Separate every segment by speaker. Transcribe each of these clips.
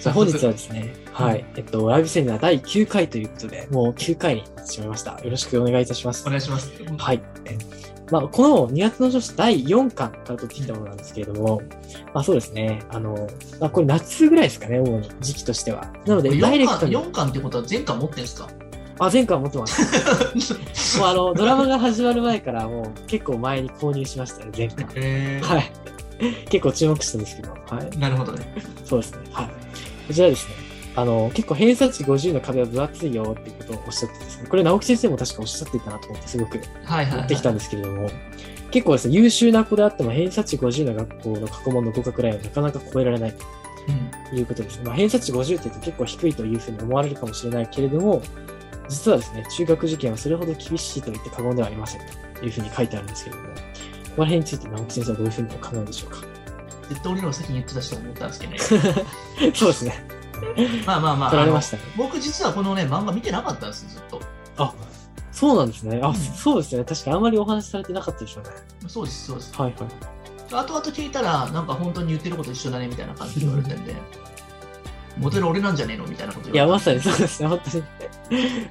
Speaker 1: じゃあ本日はですね、はい、えっと、ライブセミナー第9回ということで、もう9回になってしまいました。よろしくお願いいたします
Speaker 2: お。願いします。
Speaker 1: はい。えまあ、この2月の女子第4巻から取ってきたものなんですけれども、まあそうですね、あの、まあこれ夏ぐらいですかね、主に時期としては。なので、ダイレ
Speaker 2: 4
Speaker 1: クト
Speaker 2: 巻、
Speaker 1: に、
Speaker 2: 四巻ってことは前巻持ってんすか
Speaker 1: あ、前回は持ってま す。もうあの、ドラマが始まる前からもう結構前に購入しましたね、前回。
Speaker 2: えー
Speaker 1: はい。結構注目してるんですけど、はい。
Speaker 2: なるほどね。
Speaker 1: そうですね。はい。こちらですね。あの、結構偏差値50の壁は分厚いよっていうことをおっしゃってですね。これ、直木先生も確かおっしゃっていたなと思って、すごく
Speaker 2: はいはい、
Speaker 1: 持
Speaker 2: は
Speaker 1: っ
Speaker 2: い。
Speaker 1: てきたんですけれども、結構ですね、優秀な子であっても偏差値50の学校の過去問の合格ラインはなかなか超えられないと
Speaker 2: うん。
Speaker 1: いうことです。まあ、偏差値50って言うと結構低いというふうに思われるかもしれないけれども、実はですね、中学受験はそれほど厳しいと言って過言ではありませんというふうに書いてあるんですけれども、ここら辺について直木先生はどういうふうにお考えでしょうか。
Speaker 2: 絶対俺らを先に言ってた人と思ったんですけどね。
Speaker 1: そうですね、
Speaker 2: まあまあまあ。
Speaker 1: 取られましたね。
Speaker 2: あの僕実はこのね、漫画見てなかったんですよ、ずっと。
Speaker 1: あそうなんですね。あ、
Speaker 2: うん
Speaker 1: そうですね。確かにあんまりお話しされてなかったですよね。
Speaker 2: そうです、そうです。
Speaker 1: はいはい。
Speaker 2: 後々聞いたら、なんか本当に言ってること一緒だねみたいな感じで言われてんで、モデル俺なんじゃねえのみたいなこと
Speaker 1: いや、
Speaker 2: 言わ
Speaker 1: まさにそうですね。本当に。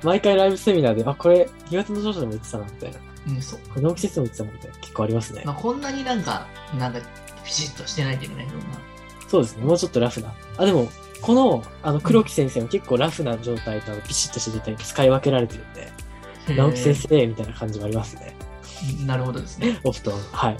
Speaker 1: 毎回ライブセミナーで、あ、これ、2月の少女でも言ってたな、みたいな。こ
Speaker 2: れて、うん、そう。
Speaker 1: れ、直木説も言ってたな、みたいな。結構ありますね
Speaker 2: ま。あ、こんなになんか、なんだ、ピシッとしてないっていうね、
Speaker 1: そうですね。もうちょっとラフな。あ、でも、この、あの、黒木先生も結構ラフな状態と、あのピシッとした状態に使い分けられてるんで、
Speaker 2: いろんな。
Speaker 1: 直木先生みたいな感じもありますね。
Speaker 2: 生。なるほどですね。
Speaker 1: オフトン。はい。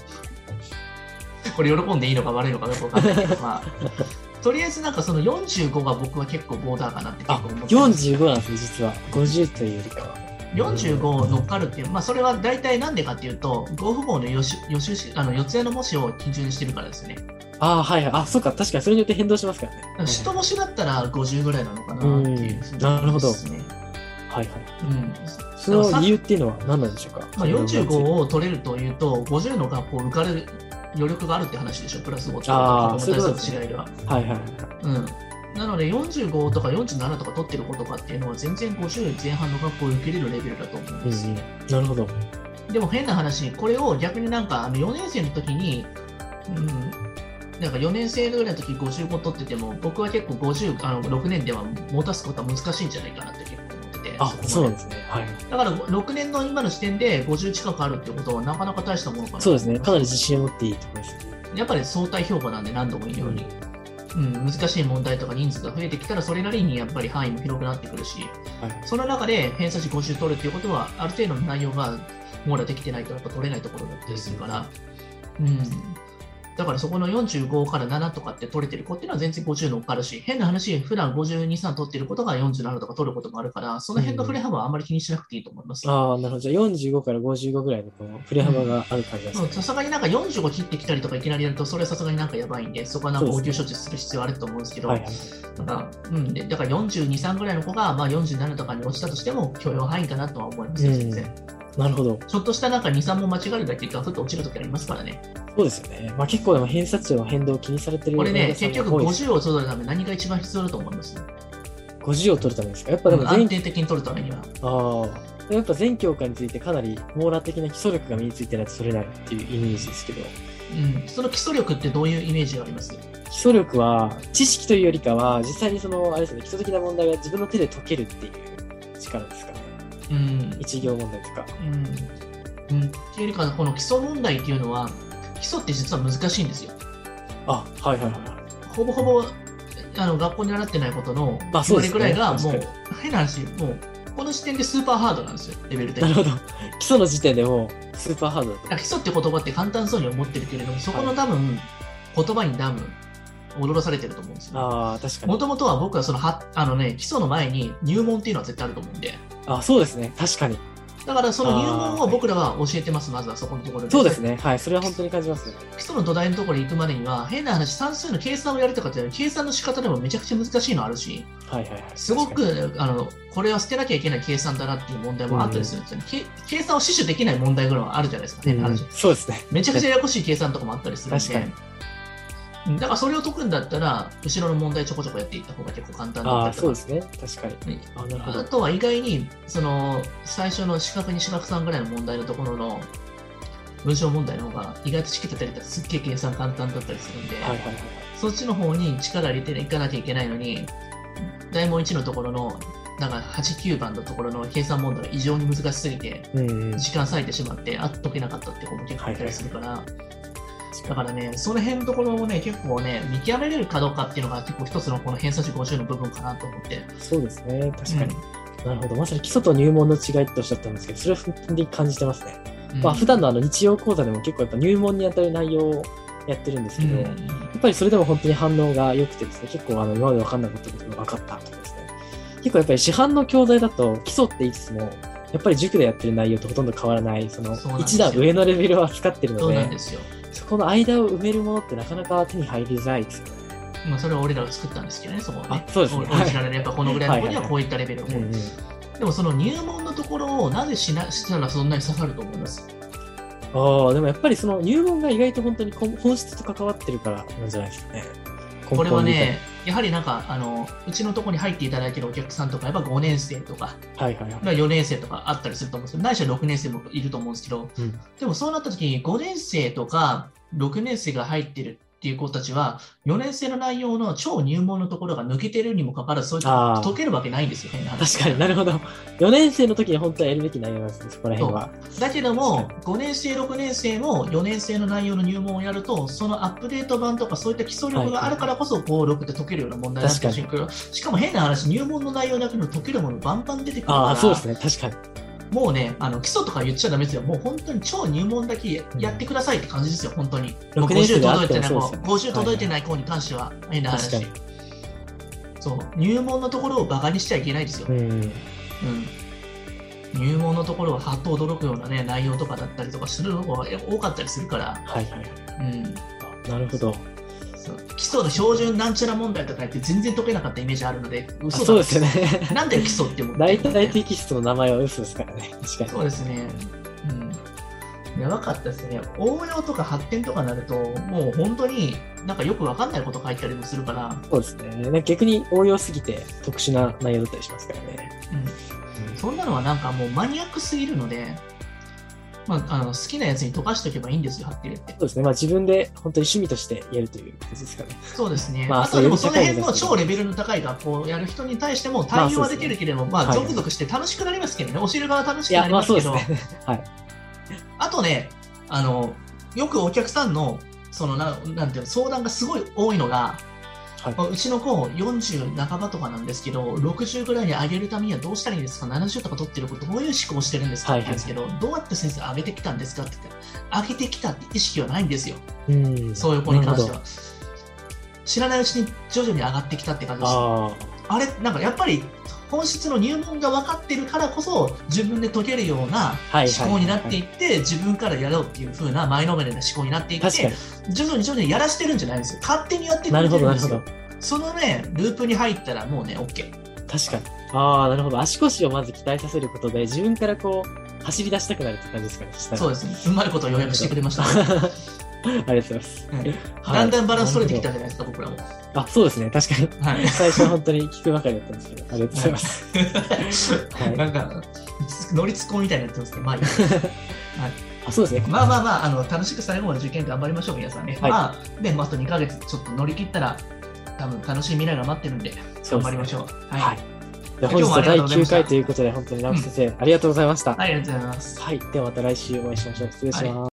Speaker 2: これ喜んでいいのか悪いのかよくわかんないけど、まあ、 とりあえずなんかその45が僕は結構ボーダーかなって結
Speaker 1: あ
Speaker 2: 構思っ、てます
Speaker 1: 45なんですね、実は。50というよりかは。
Speaker 2: 45乗っかるっていう、まあ、それは大体なんでかっていうと、合符号の予習予習しあの四谷の模試を基準にしてるからですね。
Speaker 1: ああ、はいはい。あ、そうか。確かにそれによって変動しますからね。
Speaker 2: 首都模試だったら50ぐらいなのかなっていう、
Speaker 1: うんなるほど
Speaker 2: ですね
Speaker 1: はいはい。
Speaker 2: うん
Speaker 1: その理由っていうのは何なんでしょうか、
Speaker 2: まあ、45を取れるというと、50の学校を受かれる余力があるって話でしょ、プラス5と
Speaker 1: あ
Speaker 2: か
Speaker 1: ー、
Speaker 2: 子供
Speaker 1: そうい
Speaker 2: 対
Speaker 1: うことです
Speaker 2: 策
Speaker 1: ね
Speaker 2: 違いでは。
Speaker 1: はいはい。
Speaker 2: うんなので45とか47とか取ってる子とかっていうのは全然50前半の学校を受けれるレベルだと思うん
Speaker 1: うんう
Speaker 2: ですよ、
Speaker 1: ん。なるほど。
Speaker 2: でも変な話これを逆になんかあの4年生の時に、うん、なんか4年生ぐらいの時55取ってても僕は結構50あの6年では持たすことは難しいんじゃないかなって結構思ってて
Speaker 1: あ
Speaker 2: こま、で
Speaker 1: そうなんですね。はい。
Speaker 2: だから6年の今の時点で50近くあるってことはなかなか大したものかな
Speaker 1: そうですね。かなり自信を持っていいと思いますね。
Speaker 2: やっぱり相対評価なんで何度も言うように、うん、難しい問題とか人数が増えてきたらそれなりにやっぱり範囲も広くなってくるし
Speaker 1: はい。
Speaker 2: その中で偏差値50取るっていうことはある程度の内容が網羅できてないとやっぱ取れないところだったりするから、うん、だからそこの45から7とかって取れてる子っていうのは全然50乗っかるし変な話普段523取ってることが47とか取ることもあるからその辺の振れ幅はあんまり気にしなくていいと思います。
Speaker 1: ああ、なるほど。じゃあ45から55ぐらいのこの振れ幅がある感じです
Speaker 2: うん
Speaker 1: ね。
Speaker 2: さすがになんか45切ってきたりとかいきなりやると、それはさすがになんかやばいんで、そこはなんか応急処置する必要あると思うんですけど、
Speaker 1: はいはい。
Speaker 2: なんかうん、でだから42、3ぐらいの子が、まあ、47とかに落ちたとしても、許容範囲かなとは思いますよ、
Speaker 1: うん
Speaker 2: 全然。
Speaker 1: なるほど。
Speaker 2: ちょっとしたなんか2、3問間違えるだけでガクッと落ちるときありますからね。
Speaker 1: そうですよね。まあ結構でも偏差値の変動を気にされてる
Speaker 2: これね、
Speaker 1: 皆さん
Speaker 2: 結
Speaker 1: も
Speaker 2: 局
Speaker 1: 多いです
Speaker 2: 50を取るため何が一番必要だと思います、
Speaker 1: 50を取るためですかやっぱでも全、
Speaker 2: 安定的に取るためには。
Speaker 1: ああ。やっぱ全教科についてかなり網羅的な基礎力が身についてないと取れないっていうイメージですけど、
Speaker 2: うん、その基礎力ってどういうイメージがあります
Speaker 1: 基礎力は知識というよりかは実際にそのあれですね基礎的な問題が自分の手で解けるっていう力ですかね
Speaker 2: うん
Speaker 1: 一行問題とか
Speaker 2: うん、うん、っていうよりかこの基礎問題っていうのは基礎って実は難しいんですよ
Speaker 1: あはいはいはい
Speaker 2: ほぼほぼあの学校に習ってないことの
Speaker 1: まあ
Speaker 2: そ
Speaker 1: そう
Speaker 2: れ
Speaker 1: ですね
Speaker 2: ぐらいがもう
Speaker 1: 確か
Speaker 2: 変な話もうこの時点でスーパーハードなんですよレベル的
Speaker 1: な
Speaker 2: に
Speaker 1: る
Speaker 2: だ
Speaker 1: ほど基礎の時点でもうスーパーハードだ
Speaker 2: から
Speaker 1: と
Speaker 2: 基礎って言葉って簡単そうに思ってるけれどもそこ
Speaker 1: は
Speaker 2: の
Speaker 1: い
Speaker 2: 多分、言葉に多分踊らされてると思うんですよ
Speaker 1: ああ確か
Speaker 2: も
Speaker 1: に
Speaker 2: ともとは僕はそのはあの、ね、基礎の前に入門っていうのは絶対あると思うんで
Speaker 1: あそうですね確かに
Speaker 2: だからその入
Speaker 1: あ
Speaker 2: 門
Speaker 1: ー
Speaker 2: を僕らは教えてますまずはそこのところで
Speaker 1: そうですねはいそれは本当に感じますね
Speaker 2: 基礎の土台のところに行くまでには変な話算数の計算をやるとかって計算の仕方でもめちゃくちゃ難しいのあるし
Speaker 1: はいはいはい
Speaker 2: すご
Speaker 1: 確かに
Speaker 2: くあのこれは捨てなきゃいけない計算だなっていう問題もあったりするんですよね、け計算を死守できない問題ぐらいはあるじゃないですか、ね
Speaker 1: うんそうですね
Speaker 2: めちゃくちゃややこしい計算とかもあったりするんで
Speaker 1: 確かに
Speaker 2: うんだからそれを解くんだったら後ろの問題ちょこちょこやっていった方が結構簡単だ
Speaker 1: あ
Speaker 2: った
Speaker 1: あ
Speaker 2: り
Speaker 1: そう
Speaker 2: と
Speaker 1: で
Speaker 2: か
Speaker 1: すね確かに
Speaker 2: うん
Speaker 1: あなるほ
Speaker 2: あ
Speaker 1: ど
Speaker 2: とは意外にその最初の四角に四角さんぐらいの問題のところの文章問題の方が意外と仕切ってたりとかすっげえ計算簡単だったりするんで、
Speaker 1: はいはいはい
Speaker 2: そっちの方に力入れていかなきゃいけないのに、大問1のところの、なんか8、9番のところの計算問題が異常に難しすぎて、
Speaker 1: うんうん。
Speaker 2: 時間割いてしまって、あ解けなかったってことも結構あったりするから、だからね、その辺のところをね、結構ね、見極めれるかどうかっていうのが、結構一つのこの偏差値50の部分かなと思って。
Speaker 1: そうですね。確かに。
Speaker 2: う
Speaker 1: なるほど。まさに基礎と入門の違いっておっしゃったんですけど、それは本当に感じてますね。
Speaker 2: ん
Speaker 1: まあ、普段のあの日曜講座でも結構やっぱ入門に当たる内容をやってるんですけど、やっぱりそれでも本当に反応が良くてですね、結構あの今まで分かんなかったことが分かったとかですね。結構やっぱり市販の教材だと基礎って言いつつも、やっぱり塾でやってる内容とほとんど変わらない、その
Speaker 2: そうなんです
Speaker 1: 一
Speaker 2: よ
Speaker 1: 段上のレベルを扱ってる
Speaker 2: そ
Speaker 1: の
Speaker 2: う
Speaker 1: で、
Speaker 2: なんですよ。
Speaker 1: そこの間を埋めるものってなかなか手に入りづらいですよね。
Speaker 2: まあ、それは俺らが作ったんですけどね、そこはね
Speaker 1: あ。そうですね
Speaker 2: オリジナルで、やっぱこのぐらいのところにはこういったレベルを。
Speaker 1: うんうん、
Speaker 2: でもその入門のところをなぜしなしたらそんなに刺さると思います
Speaker 1: ああ、でもやっぱりその入門が意外と本当にこ本質と関わってるからなんじゃないですかね。
Speaker 2: これは
Speaker 1: 根本みたいな
Speaker 2: ね、やはりなんか、あの、うちのところに入っていただいてるお客さんとか、やっぱ5年生とか、
Speaker 1: はいはいはい。
Speaker 2: 4年生とかあったりすると思うんですけど、ないしは6年生もいると思うんですけど、
Speaker 1: うん
Speaker 2: でもそうなった時に5年生とか6年生が入ってるっていう子たちは、4年生の内容の超入門のところが抜けてるにもかかわらず、そういう
Speaker 1: あー
Speaker 2: 解けるわけないんですよ、変な話
Speaker 1: 確かになるほど。4年生の時に本当はやるべき内容なんですね、そこら辺は。
Speaker 2: だけども、5年生、6年生も4年生の内容の入門をやると、そのアップデート版とか、そういった基礎力があるからこそ、5、6って解けるような問題になってほしいけど、しかも変な話、入門の内容だけの解けるもの、バンバン出てくるから、
Speaker 1: ああ、そうですね、確かに。
Speaker 2: もうねあの、基礎とか言っちゃだめですよ、もう本当に超入門だけやってくださいって感じですよ、本当に。
Speaker 1: 六年生
Speaker 2: 50
Speaker 1: であっ
Speaker 2: 届い
Speaker 1: て
Speaker 2: て
Speaker 1: も
Speaker 2: ない
Speaker 1: そう
Speaker 2: 子、
Speaker 1: ですよ
Speaker 2: 50
Speaker 1: ね
Speaker 2: 届いてない子に関しては、変な話
Speaker 1: 確。
Speaker 2: そう入門のところをバカにしちゃいけないですよ
Speaker 1: う。ん。
Speaker 2: うん、入門のところははっと驚くような、ね、内容とかだったりとかするのが多かったりするから、
Speaker 1: はいはい。
Speaker 2: うん、
Speaker 1: あなるほど。
Speaker 2: そう基礎の標準なんちゃら問題とか言って全然解けなかったイメージあるので
Speaker 1: あ
Speaker 2: 嘘だ
Speaker 1: そうですよね。
Speaker 2: なんだよ基礎って思って
Speaker 1: 大体テキストの名前は嘘ですからね、確かに。
Speaker 2: そうですね、うん、やばかったですね応用とか発展とかになるともう本当になんかよくわかんないこと書いたりもするから、
Speaker 1: そうですね。なんか逆に応用すぎて特殊な内容だったりしますからね。
Speaker 2: うん、そんなのはなんかもうマニアックすぎるので、まあ、あの好きなやつに溶かしておけばいいんですよはっきり言って
Speaker 1: そうですね。まあ自分で本当に趣味としてやるという感じですかね。
Speaker 2: そうですね、
Speaker 1: まあ
Speaker 2: あ、とはでも
Speaker 1: そ
Speaker 2: そうの
Speaker 1: いう世界
Speaker 2: 辺
Speaker 1: です
Speaker 2: の超レベルの高い学校をやる人に対しても
Speaker 1: まあ
Speaker 2: 対応
Speaker 1: そう
Speaker 2: は
Speaker 1: で
Speaker 2: ですき
Speaker 1: ね
Speaker 2: るけれども、まあ
Speaker 1: はい
Speaker 2: ゾクゾクして楽しくなりますけどね、教える側は楽し
Speaker 1: い
Speaker 2: くな
Speaker 1: や、
Speaker 2: り
Speaker 1: ま
Speaker 2: ま
Speaker 1: あ
Speaker 2: す
Speaker 1: そう
Speaker 2: け
Speaker 1: です
Speaker 2: ど、
Speaker 1: ね。はい。
Speaker 2: あとねあの、よくお客さんのそのななんていうの相談がすごい多いのが、
Speaker 1: はい
Speaker 2: まあうちの子40半ばとかなんですけど、60ぐらいに上げるためにはどうしたらいいですか、70とか取ってること、どういう思考してるんですか
Speaker 1: は
Speaker 2: っ
Speaker 1: い
Speaker 2: て言うんですけど、どうやって先生、上げてきたんですかって言って、上げてきたって意識はないんですよ。
Speaker 1: うん。
Speaker 2: そういう子に関して
Speaker 1: なる
Speaker 2: は。知らないうちに徐々に上がってきたって感じ
Speaker 1: ほど。
Speaker 2: です。
Speaker 1: ああ。
Speaker 2: あれ、なんかやっぱり本質の入門が分かってるからこそ、自分で解けるような
Speaker 1: はいはい
Speaker 2: 思考になっていって、自分からやろうっていう風な前のめりな思考になっていって、
Speaker 1: 確か
Speaker 2: 徐
Speaker 1: に。
Speaker 2: 々に徐々にやらしてるんじゃないんですよ。勝手にやってく
Speaker 1: な
Speaker 2: れ
Speaker 1: る
Speaker 2: て
Speaker 1: ほど、
Speaker 2: るん
Speaker 1: な
Speaker 2: で
Speaker 1: るほ
Speaker 2: す
Speaker 1: ど
Speaker 2: よ。。そのね、ループに入ったらもうね、OK。
Speaker 1: 確かに。ああ、なるほど。足腰をまず期待させることで、自分からこう、走り出したくなるって感じですかね。
Speaker 2: そう
Speaker 1: で
Speaker 2: ですね。うまいことを予約してくれました。
Speaker 1: す。ありがとうございます。
Speaker 2: うん
Speaker 1: はい
Speaker 2: だんだんバランス取れてきたじゃないですか、僕らも。
Speaker 1: あ、そうですね。確かに。
Speaker 2: はい。
Speaker 1: 最初は本当に聞くばかりだったんですけど、ありがとうございます。はい
Speaker 2: なんか、乗りつこみたいになってますけど、まあいいや、
Speaker 1: あ、そうですね。
Speaker 2: まあまあまあ、あの楽しく最後まで受験頑張りましょう、皆さんね。
Speaker 1: はい
Speaker 2: まあ、で、まああと2ヶ月ちょっと乗り切ったら、多分楽しい未来が待ってるんで、
Speaker 1: そう
Speaker 2: 頑張
Speaker 1: ですね
Speaker 2: りましょう。はい。
Speaker 1: はい。で
Speaker 2: 今
Speaker 1: 本
Speaker 2: 日
Speaker 1: 日
Speaker 2: もあ
Speaker 1: は
Speaker 2: りが
Speaker 1: 第
Speaker 2: とうございま
Speaker 1: 9
Speaker 2: した
Speaker 1: 回ということで、本当に直木先生、ありがとうございました。
Speaker 2: ありがとうございます。
Speaker 1: はい。ではまた来週お会いしましょう。失礼します。